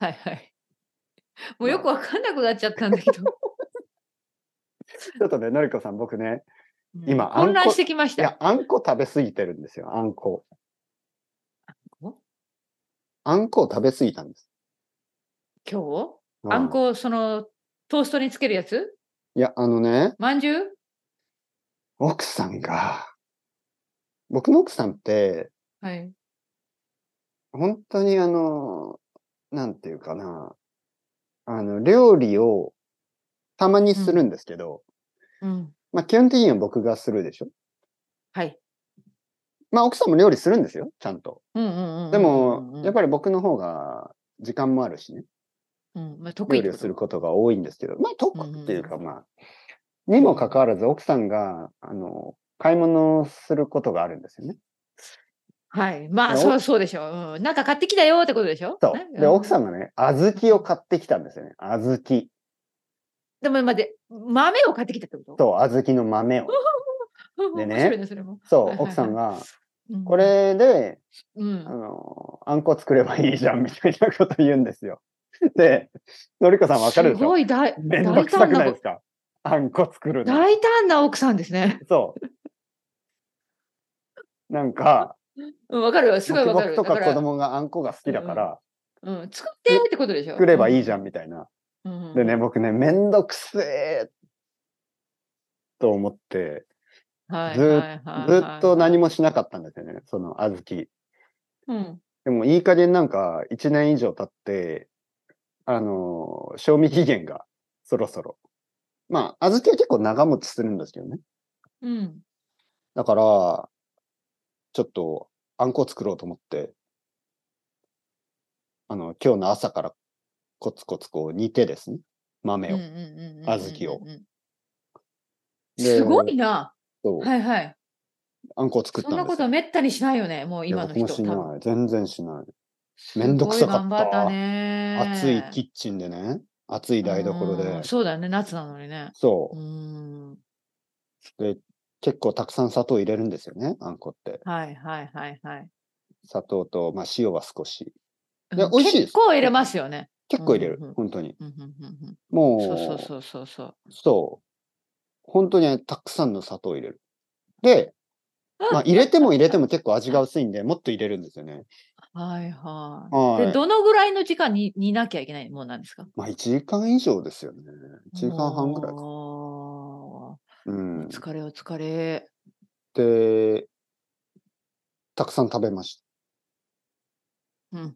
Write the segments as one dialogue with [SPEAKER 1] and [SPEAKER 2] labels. [SPEAKER 1] はいはい。 もうよくわかんなくなっちゃったんだけど。
[SPEAKER 2] ちょっとね、のりこさん、僕ね、
[SPEAKER 1] うん
[SPEAKER 2] 今あんこ
[SPEAKER 1] 混乱してきまし
[SPEAKER 2] いや
[SPEAKER 1] た。、
[SPEAKER 2] あんこ食べ過ぎてるんですよ、あんこ。
[SPEAKER 1] 今
[SPEAKER 2] あんこを食べ過ぎたんです。
[SPEAKER 1] 日
[SPEAKER 2] う
[SPEAKER 1] あんこをそのトーストにつけるやつ
[SPEAKER 2] いや、あのね、
[SPEAKER 1] まんじゅう
[SPEAKER 2] 奥さんが、僕の奥さんって、
[SPEAKER 1] はい。
[SPEAKER 2] 本当にあの、なんていうかな、あの、料理をたまにするんですけど、
[SPEAKER 1] うん。
[SPEAKER 2] まあ基本的には僕がするでしょ。
[SPEAKER 1] はい。
[SPEAKER 2] まあ奥さんも料理するんですよ、ちゃんと。
[SPEAKER 1] うんうんうんうんうん。
[SPEAKER 2] でも、やっ
[SPEAKER 1] り、
[SPEAKER 2] ぱり僕の方が時間もあるしね、
[SPEAKER 1] うんまあ、得意
[SPEAKER 2] 料
[SPEAKER 1] って
[SPEAKER 2] 理を
[SPEAKER 1] こ
[SPEAKER 2] す
[SPEAKER 1] と
[SPEAKER 2] ることが多いんですけど、まあ得
[SPEAKER 1] うんうん
[SPEAKER 2] っていうかまあ、にもかかわらず奥さんが、あの、買い物をすることがあるんですよね。
[SPEAKER 1] はい。まあ、
[SPEAKER 2] で
[SPEAKER 1] そうそうでしょう、うん。なんか買ってきたよってことでしょ
[SPEAKER 2] そう。で、奥さ
[SPEAKER 1] ん。
[SPEAKER 2] んがね、小豆を買ってきたんですよね。小豆
[SPEAKER 1] でも待って、豆を買ってきたってこと
[SPEAKER 2] と小豆の豆を。でね
[SPEAKER 1] 面白いね、それも。
[SPEAKER 2] そ、
[SPEAKER 1] はいうはいはい
[SPEAKER 2] 奥さん が、
[SPEAKER 1] うん
[SPEAKER 2] こ、れで、
[SPEAKER 1] う
[SPEAKER 2] あ
[SPEAKER 1] ん。
[SPEAKER 2] の、あんこ作ればいいじゃん、みたいなこと言うんですよ。 で、のりこさんわかるですしょ
[SPEAKER 1] ごい大
[SPEAKER 2] めんど
[SPEAKER 1] 大
[SPEAKER 2] くさ
[SPEAKER 1] 胆
[SPEAKER 2] くな
[SPEAKER 1] ない
[SPEAKER 2] ですかあんこ作るの。
[SPEAKER 1] 大胆な奥さんですね。
[SPEAKER 2] そう。なんか、
[SPEAKER 1] うん、わかるよ。すごいわか
[SPEAKER 2] 僕
[SPEAKER 1] る。
[SPEAKER 2] とか
[SPEAKER 1] だ
[SPEAKER 2] 子供があんこが好きだから、
[SPEAKER 1] うん、作ってってことでしょ
[SPEAKER 2] 作ればいいじゃ
[SPEAKER 1] ん。
[SPEAKER 2] ん、みたいな。
[SPEAKER 1] うん
[SPEAKER 2] でね、、僕ね、めんどくせえと思って、
[SPEAKER 1] はい
[SPEAKER 2] ず
[SPEAKER 1] はいはいはい
[SPEAKER 2] ずっと何もしなかったんですよね、その小豆。
[SPEAKER 1] うん
[SPEAKER 2] でもいい加減なんか1年以上経って、あの、賞味期限がそろそろ。まあ、小豆は結構長持ちするんですけどね。
[SPEAKER 1] うん。
[SPEAKER 2] だから、ちょっとあんこ作ろうと思って、あの、今日の朝からコツコツこう煮てですね、豆を。
[SPEAKER 1] うんうんうんうんうんうん
[SPEAKER 2] 小豆を
[SPEAKER 1] うん
[SPEAKER 2] です
[SPEAKER 1] ごいな。
[SPEAKER 2] そう
[SPEAKER 1] はいはい。
[SPEAKER 2] あんこを作った
[SPEAKER 1] そ
[SPEAKER 2] ん
[SPEAKER 1] ん
[SPEAKER 2] です
[SPEAKER 1] なこ
[SPEAKER 2] よ。
[SPEAKER 1] とめったにしないよね、もう
[SPEAKER 2] いや
[SPEAKER 1] 今の
[SPEAKER 2] 僕も
[SPEAKER 1] 人。
[SPEAKER 2] し
[SPEAKER 1] 多分
[SPEAKER 2] ない。全然しない。めんどくさか
[SPEAKER 1] す
[SPEAKER 2] っ。
[SPEAKER 1] ごい頑張ったたね。
[SPEAKER 2] 暑いキッチンでね、暑い台所
[SPEAKER 1] う
[SPEAKER 2] で
[SPEAKER 1] ん。そうだよね、夏なのにね。
[SPEAKER 2] そうう。
[SPEAKER 1] ん。
[SPEAKER 2] 結構たくさん砂糖入れるんですよね、あんこって。
[SPEAKER 1] はいはいはいはい。
[SPEAKER 2] 砂糖と、まあ、塩は少し。
[SPEAKER 1] うん
[SPEAKER 2] で美味しいです
[SPEAKER 1] 結構入れますよね。
[SPEAKER 2] 結構入れる、
[SPEAKER 1] うんうんうん
[SPEAKER 2] 本当に。
[SPEAKER 1] うんうんうん
[SPEAKER 2] も
[SPEAKER 1] う
[SPEAKER 2] う、
[SPEAKER 1] んそうそうそうそうそう。
[SPEAKER 2] そう本当にたくさんの砂糖を入れる。で、まあ、入れても入れても結構味が薄いんで、もっと入れるんですよね。
[SPEAKER 1] はいはい。
[SPEAKER 2] は
[SPEAKER 1] で
[SPEAKER 2] い。
[SPEAKER 1] どのぐらいの時間に煮なきゃいけないもんなんですか
[SPEAKER 2] まあ、1時間以上ですよね。1時間半ぐらい
[SPEAKER 1] あー
[SPEAKER 2] か。うん
[SPEAKER 1] お。疲れお疲れ。
[SPEAKER 2] で、たくさん食べまし
[SPEAKER 1] うん、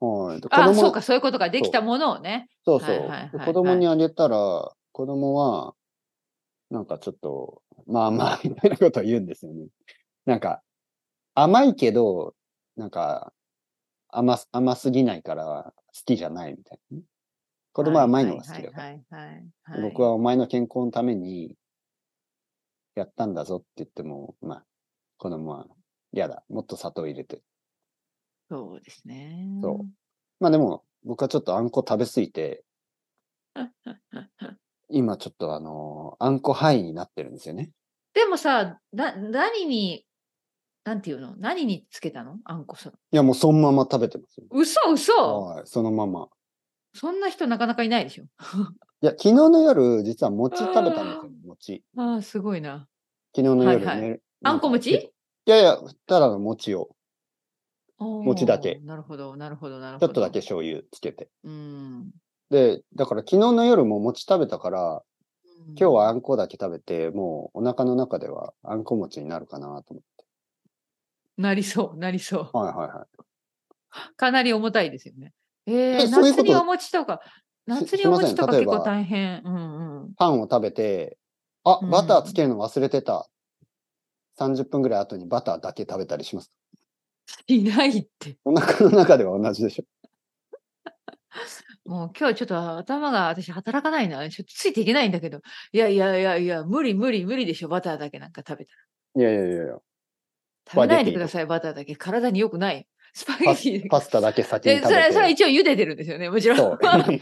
[SPEAKER 2] た。はい。で
[SPEAKER 1] あ
[SPEAKER 2] 子供
[SPEAKER 1] そうかそういうことかできたものをね。
[SPEAKER 2] そうそう。
[SPEAKER 1] はいはいはい
[SPEAKER 2] で
[SPEAKER 1] はい
[SPEAKER 2] 子供にあげたら、子供は、なんかちょっと、まあまあ、みたいなことを言うんですよね。 なんか、甘いけど、なんか、甘す、甘すぎないから好きじゃないみたいなね。子供は甘いのが好きだから。
[SPEAKER 1] はいはいはいはい
[SPEAKER 2] 僕はお前の健康のために、やったんだぞって言っても、まあ、子供は、嫌だ。もっと砂糖入れて。
[SPEAKER 1] そうですね。
[SPEAKER 2] そまあでも、僕はちょっとあんこ食べ過ぎて、今ちょっとあのーあんこハイになってるんですよね。
[SPEAKER 1] でもさな何になんていうの何につけたのあんこそ
[SPEAKER 2] いや、もうそのまま食べてますよ。
[SPEAKER 1] 嘘嘘
[SPEAKER 2] はい、そのまま。
[SPEAKER 1] そんな人なかなかいないでしょ。
[SPEAKER 2] いや、昨日の夜、実は餅食べたんですよ
[SPEAKER 1] あー、
[SPEAKER 2] 餅。
[SPEAKER 1] ああすごいな。
[SPEAKER 2] 昨日の夜、ね
[SPEAKER 1] はいはいあ
[SPEAKER 2] なか
[SPEAKER 1] んこ餅
[SPEAKER 2] いやいや、ただの餅を、餅だけ
[SPEAKER 1] おーなるほどなるほどなるほ
[SPEAKER 2] ちょ
[SPEAKER 1] ど。
[SPEAKER 2] っとだけ。醤油つけて。
[SPEAKER 1] うん。
[SPEAKER 2] で、だから昨日の夜も餅食べたから、今日はあんこだけ食べて、もうお腹の中ではあんこ餅になるかなと思
[SPEAKER 1] なりそうなりそう。
[SPEAKER 2] って。はいはいはい。
[SPEAKER 1] かなり重たいですよね。えー、
[SPEAKER 2] えそういう
[SPEAKER 1] 夏
[SPEAKER 2] こと
[SPEAKER 1] にお餅とか、夏
[SPEAKER 2] す
[SPEAKER 1] にお餅とか
[SPEAKER 2] すい
[SPEAKER 1] 結構
[SPEAKER 2] ません
[SPEAKER 1] 大変。うんうん。
[SPEAKER 2] パンを食べて、あ
[SPEAKER 1] う、ん
[SPEAKER 2] バターつけるの忘れてた。30分ぐらい後にバターだけ食べたりします。
[SPEAKER 1] いないって。
[SPEAKER 2] お腹の中では同じでしょ。
[SPEAKER 1] もう今日ちょっと頭が私働かないな。ちょっとついていけないんだけど。いやいやいやいや、無理無理無理でしょ。バターだけなんか食べたら。
[SPEAKER 2] いやいやいやいや。
[SPEAKER 1] 食べないで
[SPEAKER 2] スパゲティ
[SPEAKER 1] ください、バターだけ。体に良くない。スパゲテ
[SPEAKER 2] パス
[SPEAKER 1] ィ
[SPEAKER 2] パスタだけ先に
[SPEAKER 1] で。
[SPEAKER 2] 食
[SPEAKER 1] そ
[SPEAKER 2] べ
[SPEAKER 1] れ
[SPEAKER 2] て。
[SPEAKER 1] それは一応茹でてるんですよね、もち ろん。
[SPEAKER 2] そう。も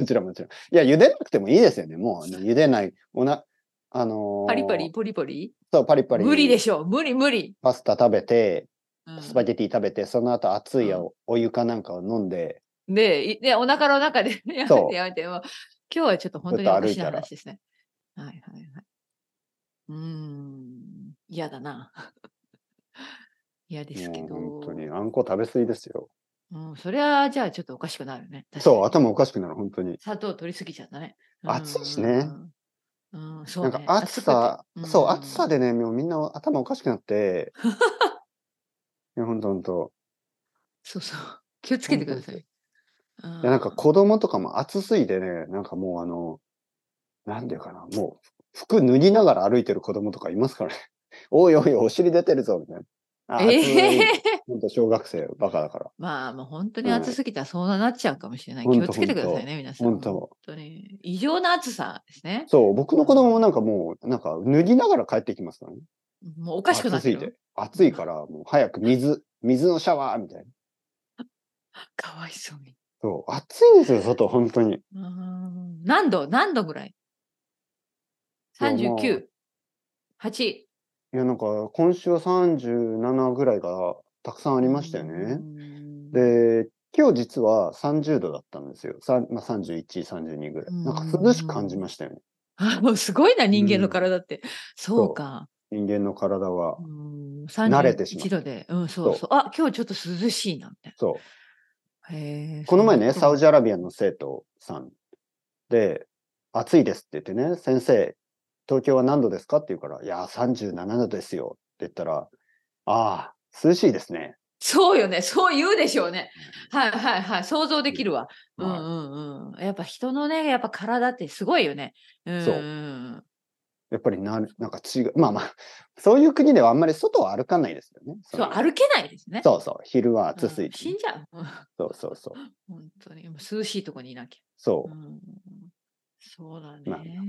[SPEAKER 2] ちろんもちろん。いや、茹でなくてもいいですよね。もう、ね、茹でない。おな、あのー
[SPEAKER 1] パリパリ、ポリポリ。
[SPEAKER 2] そう、パリパリ。
[SPEAKER 1] 無理でしょ、無理無理。
[SPEAKER 2] パスタ食べて、
[SPEAKER 1] うん
[SPEAKER 2] スパゲティ食べて、その後熱いおお湯かなんかを飲んで、
[SPEAKER 1] で、い で、お腹の中でや
[SPEAKER 2] そ
[SPEAKER 1] め
[SPEAKER 2] う
[SPEAKER 1] てやめて、もう、今日はちょっと本当に
[SPEAKER 2] ちょっと歩い
[SPEAKER 1] 私
[SPEAKER 2] た
[SPEAKER 1] の
[SPEAKER 2] ら
[SPEAKER 1] 話ですね。はいはいはい。うーん、嫌だな。 嫌ですけ
[SPEAKER 2] もう
[SPEAKER 1] ど。
[SPEAKER 2] 本当に、あんこ食べ過ぎですよ。
[SPEAKER 1] うん、それはじゃあちょっとおかしくなるね。確かに
[SPEAKER 2] そう、頭おかしくなる、本当に。
[SPEAKER 1] 砂糖取りすぎちゃったね。
[SPEAKER 2] 暑いしね
[SPEAKER 1] うん。うん、そう
[SPEAKER 2] な
[SPEAKER 1] ね、
[SPEAKER 2] んか暑さ、
[SPEAKER 1] くて
[SPEAKER 2] そう、
[SPEAKER 1] ん
[SPEAKER 2] 暑さでね、もうみんな頭おかしく なって。いや、ほんとほんと。
[SPEAKER 1] そう そう。気をつけてください。
[SPEAKER 2] いや、なんか子供とかも暑すぎてね、なんかもうあの、なんていうかな、もう服脱ぎながら歩いてる子供とかいますからね。 おいおい、お尻出てるぞ、みたいな。あ、暑
[SPEAKER 1] ええ
[SPEAKER 2] い。ほんと小学生、バカだから。
[SPEAKER 1] まあ、もう本当
[SPEAKER 2] う
[SPEAKER 1] に
[SPEAKER 2] ん
[SPEAKER 1] 暑すぎたらそうなっちゃうかもしれない。
[SPEAKER 2] ほん
[SPEAKER 1] 気
[SPEAKER 2] と
[SPEAKER 1] をつけてくださいね、皆さん。
[SPEAKER 2] ほんと
[SPEAKER 1] 本当に。異常な暑さですね。
[SPEAKER 2] そう、僕の子供もなんかもう、なんか脱ぎながら帰ってきますからね。
[SPEAKER 1] もうおかしくなっ
[SPEAKER 2] 暑す
[SPEAKER 1] て
[SPEAKER 2] ぎて
[SPEAKER 1] る。。
[SPEAKER 2] 暑いから、もう早く水、水のシャワーみたいな。
[SPEAKER 1] かわいそうに。
[SPEAKER 2] そう、暑いんですよ、外、本当に。
[SPEAKER 1] うーん何度何度ぐらい
[SPEAKER 2] いやまあ
[SPEAKER 1] ?39、8。
[SPEAKER 2] いや、なんか、今週は37ぐらいがたくさんあ
[SPEAKER 1] あ
[SPEAKER 2] りましたよね。。
[SPEAKER 1] で、
[SPEAKER 2] で、今日実は30度だったんですよ。さんまあ、31、32ぐらい。なんか涼しく感じましたよね。
[SPEAKER 1] あもうすごいな、人間
[SPEAKER 2] う
[SPEAKER 1] の
[SPEAKER 2] ん
[SPEAKER 1] 体って。そうか。
[SPEAKER 2] 人間の体は。慣
[SPEAKER 1] 慣
[SPEAKER 2] れてしまう
[SPEAKER 1] 度で。うん、そう
[SPEAKER 2] そ
[SPEAKER 1] そう。あ、今日ちょっと涼しいな、みたい
[SPEAKER 2] そう。
[SPEAKER 1] な。へえ
[SPEAKER 2] この前ね、サウ
[SPEAKER 1] ジ。
[SPEAKER 2] ジアラビアの生徒さんで、暑いですって言ってね、先生、東京は何度ですかって言うから、いや、37度ですよって言ったら、ああ、涼しいですね。
[SPEAKER 1] そうよね。そう言うでしょうね。はいはいはい。想像できるわ。うんう
[SPEAKER 2] は
[SPEAKER 1] んうん。やっぱ人のね、やっぱ体ってすごいよね。うん。
[SPEAKER 2] そうんやっぱりな、なんか違う。まあまあ、そういう国ではあんまり外を歩かないですよね。
[SPEAKER 1] そう、
[SPEAKER 2] の
[SPEAKER 1] 歩けないですね。
[SPEAKER 2] そうそう、昼は
[SPEAKER 1] うん
[SPEAKER 2] 暑すぎて
[SPEAKER 1] 死
[SPEAKER 2] ね
[SPEAKER 1] んじゃう。 うん
[SPEAKER 2] そうそうそう。
[SPEAKER 1] 本当に。もう涼しいとこにいなきゃ。
[SPEAKER 2] そう
[SPEAKER 1] う。んそうだ
[SPEAKER 2] まあ
[SPEAKER 1] ね。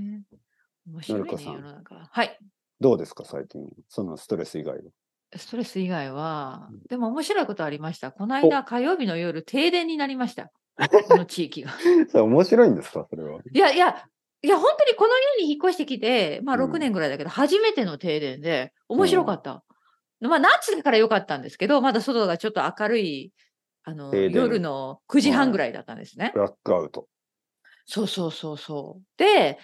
[SPEAKER 1] 面白い
[SPEAKER 2] のりこ
[SPEAKER 1] ね、
[SPEAKER 2] さん
[SPEAKER 1] 世の中。はい。
[SPEAKER 2] どうですか、最近。そのストレス以外は。
[SPEAKER 1] ストレス以外は
[SPEAKER 2] うん、
[SPEAKER 1] でも面白いことありました。この間、火曜日の夜、停電になりました。 この地域が。
[SPEAKER 2] それ面白いんですか、それは。
[SPEAKER 1] いやいや、いや、本当にこの家に引っ越してきて、まあ
[SPEAKER 2] うん
[SPEAKER 1] 6年ぐらいだけど、初めての停電で、面白かった。まあ夏だから良かったんですけど、まだ外がちょっと明るい、あの、
[SPEAKER 2] 停電
[SPEAKER 1] 夜の9時半ぐらいだったんですね。
[SPEAKER 2] ブラックアウト。
[SPEAKER 1] そうそうそうそう。で、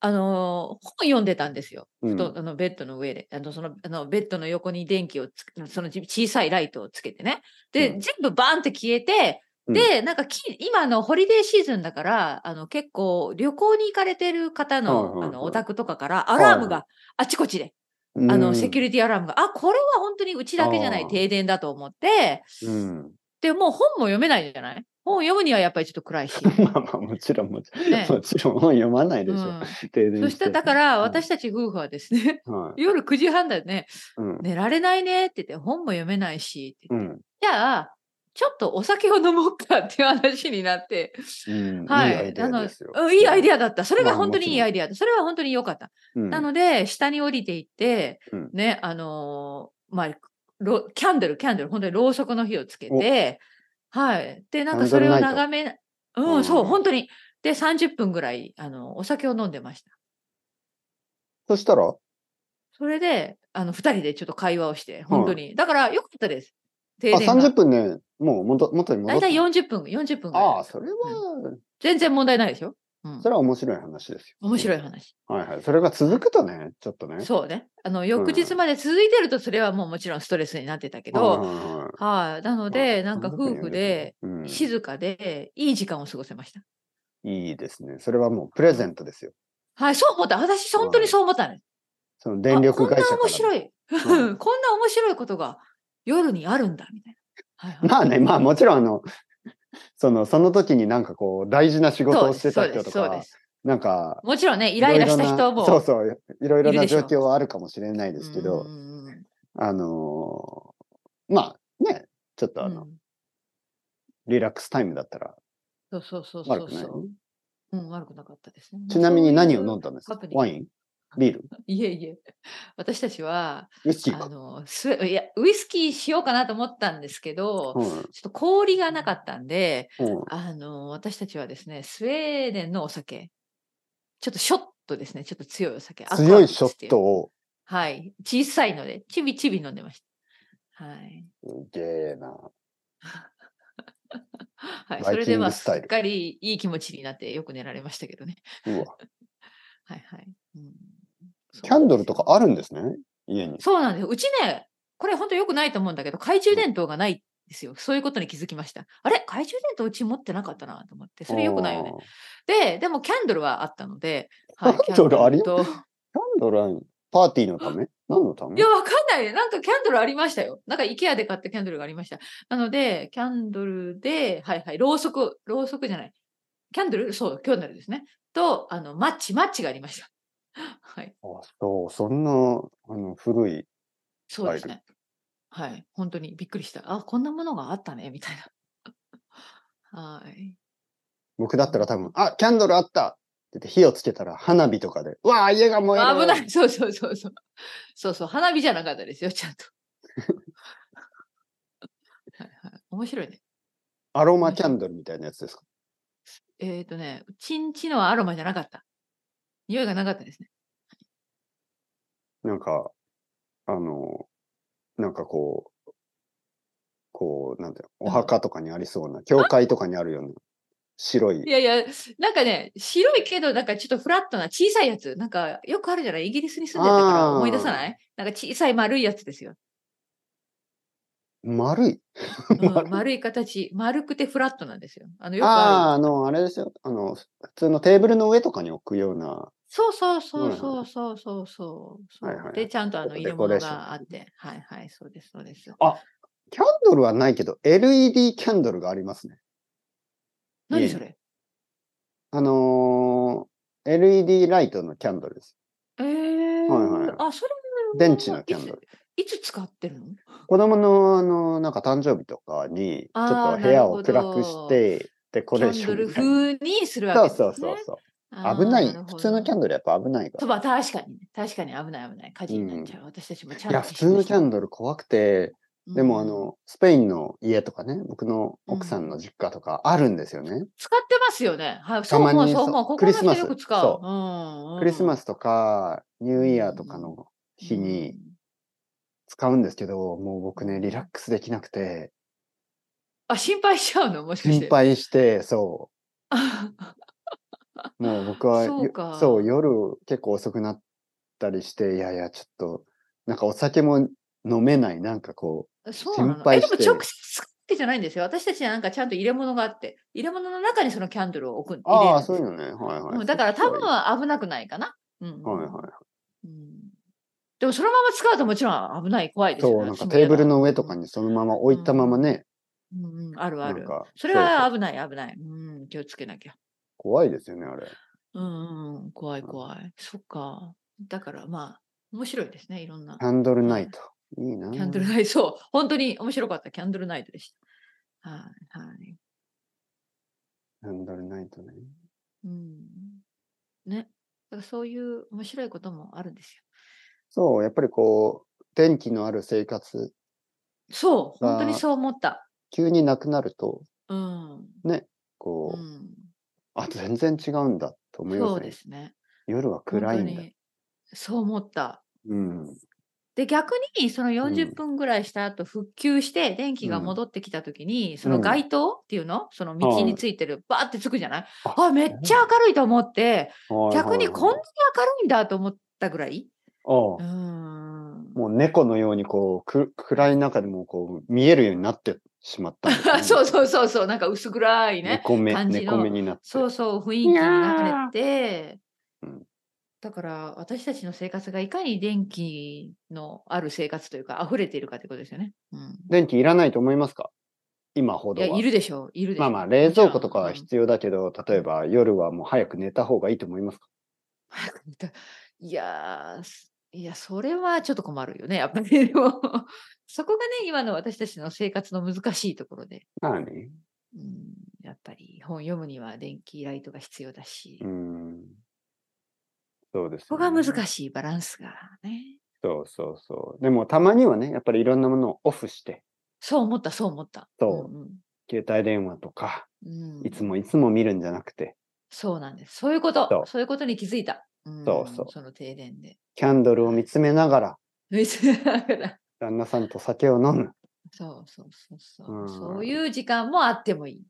[SPEAKER 1] あのー本読んでたんですよ。
[SPEAKER 2] う
[SPEAKER 1] 布
[SPEAKER 2] ん
[SPEAKER 1] 団あのベッドの上で。あのそのあのベッドの横に電気をつけそのち小さいライトをつけてね。で、
[SPEAKER 2] うん
[SPEAKER 1] 全部バーンって消えて、
[SPEAKER 2] うん
[SPEAKER 1] で、なんかき今のホリデーシーズンだから、あの結構旅行に行かれてる方
[SPEAKER 2] はいはい
[SPEAKER 1] の
[SPEAKER 2] はい
[SPEAKER 1] あのお宅とかからアラームがあちこちで、あのセキュ
[SPEAKER 2] リ
[SPEAKER 1] リティアラームが、あ、これは本当にうちだけじゃな
[SPEAKER 2] あ
[SPEAKER 1] い
[SPEAKER 2] ー
[SPEAKER 1] 停電だと思って、
[SPEAKER 2] ティ。うん。
[SPEAKER 1] で、もう本も読めないじゃない本を読むにはやっぱりちょっと暗 いし。
[SPEAKER 2] まあまあ、もちろん、もちろん、
[SPEAKER 1] ね
[SPEAKER 2] もちろん本読まないでし
[SPEAKER 1] う
[SPEAKER 2] ょ。
[SPEAKER 1] ん
[SPEAKER 2] 停電
[SPEAKER 1] そしてだか
[SPEAKER 2] う
[SPEAKER 1] ら
[SPEAKER 2] ん
[SPEAKER 1] 私たち夫婦はですね、
[SPEAKER 2] はい。
[SPEAKER 1] 夜9時半だよね、
[SPEAKER 2] うん。
[SPEAKER 1] 寝られないねって言って、本も読めないしって
[SPEAKER 2] う
[SPEAKER 1] 言って、
[SPEAKER 2] ん。
[SPEAKER 1] じゃあ、ちょっとお酒を飲もうかっていう話になって、
[SPEAKER 2] うん
[SPEAKER 1] はいい。
[SPEAKER 2] いアイデアですよ。
[SPEAKER 1] なのうんいいアイデ
[SPEAKER 2] ア。
[SPEAKER 1] アだった。それ
[SPEAKER 2] ま
[SPEAKER 1] が
[SPEAKER 2] あ
[SPEAKER 1] 本当にい
[SPEAKER 2] もち
[SPEAKER 1] い
[SPEAKER 2] ろん
[SPEAKER 1] アイデアだ。それは本当に良かった。
[SPEAKER 2] な
[SPEAKER 1] なので、下に降りていって、
[SPEAKER 2] うん
[SPEAKER 1] ね、あのーまあ、ロキャンドル、キャンドル、本当にろうそくの火をつけて、はい。で、なんかそれを
[SPEAKER 2] キャンド
[SPEAKER 1] 眺め、
[SPEAKER 2] う
[SPEAKER 1] うんん、そう、本当に。で、30分ぐらい、あの、お酒を飲んでました。
[SPEAKER 2] そしたら、あ、
[SPEAKER 1] それで、あの、二人でちょっと会話をして、本当に。だから、良かったです。停電
[SPEAKER 2] 30
[SPEAKER 1] が。
[SPEAKER 2] 分ね、もう元元に戻
[SPEAKER 1] 大
[SPEAKER 2] った。
[SPEAKER 1] 体40分、40分ぐらい
[SPEAKER 2] ああ、それは、
[SPEAKER 1] 全然問題ないでしょ。うん
[SPEAKER 2] そ。れは面白い話ですよ。
[SPEAKER 1] 面白い
[SPEAKER 2] うん。
[SPEAKER 1] 話。
[SPEAKER 2] はいはい。それが続くとね、ちょっとね。
[SPEAKER 1] そうね。あの、翌日まで続いてると、それはもうもちろんストレスになってたけ
[SPEAKER 2] はい
[SPEAKER 1] ど、
[SPEAKER 2] はいはい
[SPEAKER 1] はい。なので、なんか
[SPEAKER 2] そな
[SPEAKER 1] 夫
[SPEAKER 2] 時に
[SPEAKER 1] 婦で、
[SPEAKER 2] 読んでて
[SPEAKER 1] 静かで、いい時間を過ごせました。
[SPEAKER 2] うんいいですね。それはもうプレゼントですよ。
[SPEAKER 1] はい、そう思った。私、本当にそう思ったね。
[SPEAKER 2] その
[SPEAKER 1] あ
[SPEAKER 2] 電力会社
[SPEAKER 1] こん
[SPEAKER 2] から
[SPEAKER 1] な面白い。
[SPEAKER 2] う ん
[SPEAKER 1] こんな面白いことが夜にあるんだ、みたいな。はいはい
[SPEAKER 2] まあね、まあもちろんあの、 その、その時になんかこう、大事な仕事
[SPEAKER 1] そう
[SPEAKER 2] を
[SPEAKER 1] で
[SPEAKER 2] して
[SPEAKER 1] す
[SPEAKER 2] た
[SPEAKER 1] そうで
[SPEAKER 2] 人
[SPEAKER 1] す
[SPEAKER 2] と
[SPEAKER 1] そうで
[SPEAKER 2] か
[SPEAKER 1] す。、
[SPEAKER 2] なんか、
[SPEAKER 1] もちろんね、イライラした人も。
[SPEAKER 2] いろいろなそうそう、いろいろ
[SPEAKER 1] いる
[SPEAKER 2] な
[SPEAKER 1] でし
[SPEAKER 2] 状
[SPEAKER 1] ょ
[SPEAKER 2] 況はあるかもしれないですけ
[SPEAKER 1] う、
[SPEAKER 2] ど
[SPEAKER 1] んうんうん
[SPEAKER 2] あのーまあね、ちょっとあの、
[SPEAKER 1] うん
[SPEAKER 2] リラックスタイムだったら
[SPEAKER 1] そうそうそうそ
[SPEAKER 2] 悪く
[SPEAKER 1] う
[SPEAKER 2] ない
[SPEAKER 1] そ
[SPEAKER 2] よ
[SPEAKER 1] う。うん、悪くなかったですね。
[SPEAKER 2] ちなみに何を飲ん
[SPEAKER 1] ん
[SPEAKER 2] だんです
[SPEAKER 1] ハプ
[SPEAKER 2] か
[SPEAKER 1] ニング
[SPEAKER 2] ワインビール
[SPEAKER 1] いえいえ、私たちは、
[SPEAKER 2] ウイスキー
[SPEAKER 1] あ
[SPEAKER 2] か。
[SPEAKER 1] のすいや、ウイスキーしようかなと思ったんですけど、
[SPEAKER 2] うん
[SPEAKER 1] ちょっと氷がなかったんで、
[SPEAKER 2] うん
[SPEAKER 1] あの、私たちはですね、スウェーデンのお酒、ちょっとショットですね、ちょっと強いお酒。アクア
[SPEAKER 2] 強いショ
[SPEAKER 1] って
[SPEAKER 2] ッ
[SPEAKER 1] う
[SPEAKER 2] ト。を、
[SPEAKER 1] はい、小さいので、ちびちび飲んでました。はい。
[SPEAKER 2] すげえな。
[SPEAKER 1] ははい、
[SPEAKER 2] バイ
[SPEAKER 1] そ
[SPEAKER 2] キング
[SPEAKER 1] れでまあ、
[SPEAKER 2] ス
[SPEAKER 1] す
[SPEAKER 2] タイ
[SPEAKER 1] っ
[SPEAKER 2] ル
[SPEAKER 1] かりいい気持ちになってよく寝られましたけどね。
[SPEAKER 2] うわ。
[SPEAKER 1] はいはい。うん
[SPEAKER 2] キャンドルとかあるんですね家に。
[SPEAKER 1] そうなんですよ。うちね、これ本当良くないと思うんだけど、懐中電灯がないんですよ。そういうことに気づきました。あれ懐中電灯うち持ってなかったなと思って、それ良くないよね
[SPEAKER 2] あ。ー。
[SPEAKER 1] で、でもキャンドルはあったので、
[SPEAKER 2] キャンドルあり
[SPEAKER 1] キャンドルと
[SPEAKER 2] キャンドルあるのパーティーのため何のため
[SPEAKER 1] いや、わかんない。なんかキャンドルありましたよ。なんか IKEA で買ったキャンドルがありました。なので、キャンドルで、はいはい、ろうそく、ろうそくじゃない。キャンドル、そう、キャンドルですね。と、あの、マッチ、マッチがありました。はい、
[SPEAKER 2] あそう、そんなあの古い。
[SPEAKER 1] そうですね。はい、本当にびっくりした。あ、こんなものがあったね、みたいな。はい。
[SPEAKER 2] 僕だったら多分、あ、キャンドルあったって言って火をつけたら花火とかで、うわあ、家が燃える
[SPEAKER 1] 危ない。そうそうそうそう。そうそう、花火じゃなかったですよ、ちゃん と。はいはい、面白いね。
[SPEAKER 2] アロマキャンドルみたいなやつですか
[SPEAKER 1] えっ、ー、とね、うちんちのはアロマじゃなかった。匂いがなかったですね。
[SPEAKER 2] なんか、あの、なんかこう、こう、なんていうのお墓とかにありそうな、教会とかにあるような、白い
[SPEAKER 1] い。やいや、なんかね、白いけど、なんかちょっとフラットな小さいやつ。なんかよくあるじゃないイギリスに住んでたから思い出さないなんか小さい丸いやつ ですよ、
[SPEAKER 2] 丸い。
[SPEAKER 1] うん丸い形。丸くてフラットなんですよ。あのよく
[SPEAKER 2] あ
[SPEAKER 1] ある。
[SPEAKER 2] あー、あの、あれですよ。あの、ふ普通のテーブルの上とかに置くような、
[SPEAKER 1] そうそうそ
[SPEAKER 2] はいうは
[SPEAKER 1] そう
[SPEAKER 2] い
[SPEAKER 1] そうそうそう、
[SPEAKER 2] はいはいはい
[SPEAKER 1] で、ちゃんとあの
[SPEAKER 2] デ
[SPEAKER 1] 色
[SPEAKER 2] コレ
[SPEAKER 1] 物
[SPEAKER 2] ーション
[SPEAKER 1] があって。はいはい、そうです、そうです。
[SPEAKER 2] キャンドルはないけど、LED キャンドルがありますね。
[SPEAKER 1] 何それ
[SPEAKER 2] あのー LED ライトのキャンドルです。
[SPEAKER 1] えー、
[SPEAKER 2] はいはい
[SPEAKER 1] あ、それは
[SPEAKER 2] 電池のキャンドル。
[SPEAKER 1] いついつ使ってるの
[SPEAKER 2] 子供の、あの、なんか誕生日とかに、ちょ
[SPEAKER 1] あー
[SPEAKER 2] っと部屋を
[SPEAKER 1] なる
[SPEAKER 2] 暗
[SPEAKER 1] ほど
[SPEAKER 2] くして、デコ
[SPEAKER 1] キ
[SPEAKER 2] レー
[SPEAKER 1] ャン
[SPEAKER 2] シ
[SPEAKER 1] ド
[SPEAKER 2] ョン
[SPEAKER 1] ル
[SPEAKER 2] みたいな。
[SPEAKER 1] 風にするわ
[SPEAKER 2] そ
[SPEAKER 1] け
[SPEAKER 2] う
[SPEAKER 1] です、
[SPEAKER 2] そ
[SPEAKER 1] ね。
[SPEAKER 2] うそうそう。
[SPEAKER 1] あー
[SPEAKER 2] 危ない。
[SPEAKER 1] るほど
[SPEAKER 2] 普通のキャンドルやっぱ危ないか
[SPEAKER 1] そうまあ確かにね、確かに危ない危ない。火事になっちゃう。私たちもちゃ
[SPEAKER 2] ら。
[SPEAKER 1] ん
[SPEAKER 2] い
[SPEAKER 1] と
[SPEAKER 2] や、普通のキャン
[SPEAKER 1] ル。
[SPEAKER 2] ドル怖くて、でもあ
[SPEAKER 1] うん、
[SPEAKER 2] の、スペインの家とかね、僕の奥さんの実家とかあるんですよね。
[SPEAKER 1] 使ってますよね。はい、そ
[SPEAKER 2] た
[SPEAKER 1] う
[SPEAKER 2] ま
[SPEAKER 1] 思う、
[SPEAKER 2] に
[SPEAKER 1] そう
[SPEAKER 2] そう
[SPEAKER 1] 思う。ここ
[SPEAKER 2] ク
[SPEAKER 1] の
[SPEAKER 2] リスマ
[SPEAKER 1] 人
[SPEAKER 2] ス
[SPEAKER 1] よく使う
[SPEAKER 2] そ。
[SPEAKER 1] うんうん
[SPEAKER 2] クリスマスとか、ニューイヤーとかの日に
[SPEAKER 1] うん
[SPEAKER 2] 使うんですけど、もう僕
[SPEAKER 1] う
[SPEAKER 2] ね、
[SPEAKER 1] ん
[SPEAKER 2] リラックスできなくて、
[SPEAKER 1] あ、心配しちゃうのもしかし
[SPEAKER 2] 心
[SPEAKER 1] て。
[SPEAKER 2] 配して、そ
[SPEAKER 1] あ
[SPEAKER 2] う。もう僕はよ、
[SPEAKER 1] そうか
[SPEAKER 2] そう、夜結構遅くなったりして、いやいや、ちょっと、なんかお酒も飲めない、なんかこ
[SPEAKER 1] そうなの
[SPEAKER 2] 心配
[SPEAKER 1] えでも
[SPEAKER 2] して
[SPEAKER 1] 直接使うわけじゃないんですよ。私たちはなんかちゃんと入れ物があって、入れ物の中にそのキャンドルを置く。
[SPEAKER 2] う、
[SPEAKER 1] 入れるん
[SPEAKER 2] ああ、
[SPEAKER 1] です
[SPEAKER 2] そ
[SPEAKER 1] よ
[SPEAKER 2] ういうのね、はいはい。
[SPEAKER 1] うん、だから多分
[SPEAKER 2] は
[SPEAKER 1] は危なくないかな。うん、
[SPEAKER 2] いは
[SPEAKER 1] うんでもそのまま使うともちろん危ない、怖い
[SPEAKER 2] い。
[SPEAKER 1] ですよね。
[SPEAKER 2] そう、なんか
[SPEAKER 1] 私も
[SPEAKER 2] テー
[SPEAKER 1] 嫌だ
[SPEAKER 2] ブルの上とか。にそのまま置いたままね、
[SPEAKER 1] うんうんうんあるあ
[SPEAKER 2] なん
[SPEAKER 1] る。
[SPEAKER 2] か、
[SPEAKER 1] それ
[SPEAKER 2] う
[SPEAKER 1] は
[SPEAKER 2] う
[SPEAKER 1] 危ない、危ない。うん、気をつけなきゃ。
[SPEAKER 2] 怖いですよね、あれ。
[SPEAKER 1] うん、うん、怖い、
[SPEAKER 2] うん
[SPEAKER 1] 怖い。そっか。だからまあ、面白いですね、いろんな
[SPEAKER 2] キ。ャンドルナイト。いいな。
[SPEAKER 1] キャンドルナイト、そう、本当に面白かった、キャンドルナイトでした。はい、はい。
[SPEAKER 2] キャンドルナイトね。
[SPEAKER 1] うん。ね。だからそういう面白いこともあるんですよ。
[SPEAKER 2] そう、やっぱりこう、電気のある生活、
[SPEAKER 1] そう、本当に
[SPEAKER 2] あー
[SPEAKER 1] そう思った。
[SPEAKER 2] 急になくなると、
[SPEAKER 1] うん。
[SPEAKER 2] こ
[SPEAKER 1] う
[SPEAKER 2] う、
[SPEAKER 1] ん、
[SPEAKER 2] あ、全然違うんだと思いま
[SPEAKER 1] そう
[SPEAKER 2] す
[SPEAKER 1] で
[SPEAKER 2] ね。
[SPEAKER 1] すね。
[SPEAKER 2] 夜は
[SPEAKER 1] 本
[SPEAKER 2] 暗
[SPEAKER 1] 当
[SPEAKER 2] いんだ。
[SPEAKER 1] にそう思った。
[SPEAKER 2] うん。
[SPEAKER 1] で逆にその
[SPEAKER 2] うん
[SPEAKER 1] 40分ぐらいした後復旧して電気が
[SPEAKER 2] うん
[SPEAKER 1] 戻ってきた時に、そうの
[SPEAKER 2] ん
[SPEAKER 1] 街灯っていうのその
[SPEAKER 2] は
[SPEAKER 1] 道
[SPEAKER 2] い
[SPEAKER 1] についてるバーってつくじゃない
[SPEAKER 2] あ
[SPEAKER 1] あめっちゃ明るいと思って
[SPEAKER 2] はい
[SPEAKER 1] 逆に
[SPEAKER 2] はい
[SPEAKER 1] こん
[SPEAKER 2] は
[SPEAKER 1] ないに明るいんだと思ったぐらい。うー
[SPEAKER 2] ああ
[SPEAKER 1] ん
[SPEAKER 2] もう猫のようにこうく、暗い中でもこう、見えるようになってしまったんです ね、
[SPEAKER 1] そうそうそうそうなんか薄暗いね。
[SPEAKER 2] 猫目、
[SPEAKER 1] 感じの
[SPEAKER 2] 猫目になって。
[SPEAKER 1] そうそう雰囲気に流れて
[SPEAKER 2] うん。
[SPEAKER 1] だから私たちの生活がいかに電気のある生活というか溢れているかということですよね。うん
[SPEAKER 2] 電気いらないと思いますか今ほ
[SPEAKER 1] い
[SPEAKER 2] ど
[SPEAKER 1] や、
[SPEAKER 2] は。
[SPEAKER 1] いるでしょう、いるでしょ
[SPEAKER 2] まあ
[SPEAKER 1] う。
[SPEAKER 2] まあ、冷蔵庫とか
[SPEAKER 1] も
[SPEAKER 2] は
[SPEAKER 1] ちろん
[SPEAKER 2] 必要だけど、例えば夜はもう早く寝た方がいいと思いますか
[SPEAKER 1] 早く寝た いやー、すいや、それはちょっと困るよね、やっぱり。 でもそこがね、今の私たちの生活の難しいところで、
[SPEAKER 2] まあね。
[SPEAKER 1] うん、やっぱり本読むには電気ライトが必要だし、
[SPEAKER 2] うん。そうです、ね。
[SPEAKER 1] そこが難しいバランスがね。
[SPEAKER 2] そうそうそう。でもたまにはね、やっぱりいろんなものをオフして、
[SPEAKER 1] そう思った、そう思った。
[SPEAKER 2] そ
[SPEAKER 1] うん
[SPEAKER 2] 携帯電話とか、
[SPEAKER 1] うんうん
[SPEAKER 2] いつもいつも見るんじゃなくて、
[SPEAKER 1] そうなんです。そういうこと、
[SPEAKER 2] そ
[SPEAKER 1] そうういうことに気づいた。ん
[SPEAKER 2] そうそう
[SPEAKER 1] その停電で。
[SPEAKER 2] キャンドルを見つめながら、
[SPEAKER 1] そ
[SPEAKER 2] 旦那さんと酒を飲む。
[SPEAKER 1] うそうそうそう、
[SPEAKER 2] うん
[SPEAKER 1] そういう時間もあってもいい。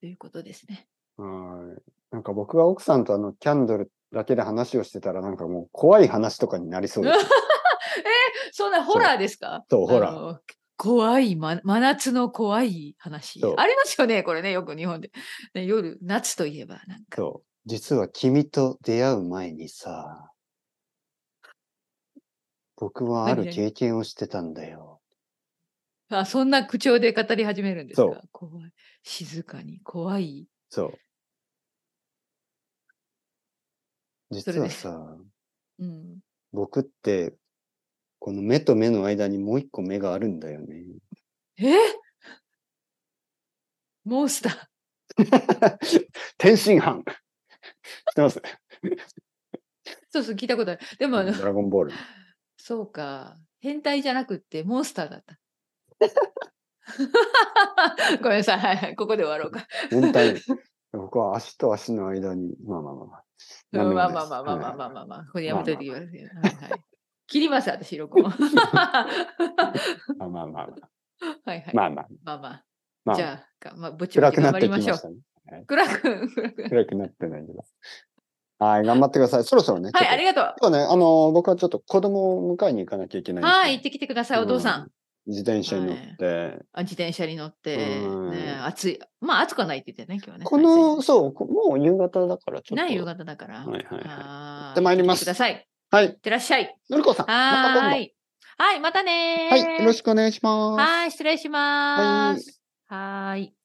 [SPEAKER 1] ということですね。
[SPEAKER 2] はい。なんか僕が奥さんとあの、キャンドルだけで話をしてたら、なんかもう怖い話とかになりそ うです。
[SPEAKER 1] そんなホラーですか
[SPEAKER 2] そうホラー
[SPEAKER 1] ー。怖い、ま、真夏の怖い話
[SPEAKER 2] そう。
[SPEAKER 1] ありますよね、これね、よく日本で。ね、夜、夏といえば、なんか。
[SPEAKER 2] そう。実は君と出会う前にさ、僕はある
[SPEAKER 1] 何々
[SPEAKER 2] 経験をしてたんだよ。
[SPEAKER 1] あそんな口調で語り始めるんです
[SPEAKER 2] そう
[SPEAKER 1] か怖い。静かに、怖い。
[SPEAKER 2] そう。
[SPEAKER 1] そ
[SPEAKER 2] 実
[SPEAKER 1] れ
[SPEAKER 2] は
[SPEAKER 1] です
[SPEAKER 2] さ、
[SPEAKER 1] うん。
[SPEAKER 2] 僕って、この目と目の間にもう一個目があるんだよ ね。
[SPEAKER 1] えモンスター。
[SPEAKER 2] 天津飯知ってます
[SPEAKER 1] そうそう、聞いたことある。でも、あの
[SPEAKER 2] ドラゴンボール。
[SPEAKER 1] そうか。変態じゃなくってモンスターだ った。ごめんなさい。はいはい。ここで終わろ うか。
[SPEAKER 2] 全体。僕は足と足の間に、まあまあまあまあ。
[SPEAKER 1] ま
[SPEAKER 2] な
[SPEAKER 1] あ
[SPEAKER 2] ん
[SPEAKER 1] ま
[SPEAKER 2] でもな
[SPEAKER 1] あ
[SPEAKER 2] い
[SPEAKER 1] まあ
[SPEAKER 2] です
[SPEAKER 1] まあまあまあまあ
[SPEAKER 2] はい
[SPEAKER 1] まあまあ。これやめといてください。はいはい切ります、私、録音。 はい
[SPEAKER 2] まあまあまあまあ。
[SPEAKER 1] はい。
[SPEAKER 2] まあまあ
[SPEAKER 1] まあまあ。
[SPEAKER 2] まあ。
[SPEAKER 1] じゃあか、まあ、ぼちぼ
[SPEAKER 2] 暗
[SPEAKER 1] ち
[SPEAKER 2] く
[SPEAKER 1] 頑
[SPEAKER 2] なっ
[SPEAKER 1] 張り
[SPEAKER 2] てきま
[SPEAKER 1] ましょう
[SPEAKER 2] し。たね。
[SPEAKER 1] 暗く、暗く。
[SPEAKER 2] 暗くなってないけど。はい、頑張ってください。そろそろね。
[SPEAKER 1] はい、あ
[SPEAKER 2] ち
[SPEAKER 1] り
[SPEAKER 2] ょっ
[SPEAKER 1] がとう。
[SPEAKER 2] と今日ね、あの、僕はちょっと子供を迎えに行かなきゃいけないんですけど
[SPEAKER 1] はい、行ってきてください、お父さん。
[SPEAKER 2] うん。自転車に乗って。
[SPEAKER 1] あ自転車に乗って、
[SPEAKER 2] うん
[SPEAKER 1] ね、暑い。まあ、暑くはないって言ってたね、今日ね。
[SPEAKER 2] この、そう、こもう夕方だからちょっと。
[SPEAKER 1] ない夕方だから。
[SPEAKER 2] はいはいはい
[SPEAKER 1] は
[SPEAKER 2] ってまいります
[SPEAKER 1] 行ってきてください。いっ
[SPEAKER 2] はい。
[SPEAKER 1] てらっしゃい。
[SPEAKER 2] のりこさん、また
[SPEAKER 1] は
[SPEAKER 2] 今
[SPEAKER 1] ーい。はい、またね
[SPEAKER 2] 度。
[SPEAKER 1] ー。
[SPEAKER 2] はい、よろしくお願いします。
[SPEAKER 1] はーい、失礼します。はーい。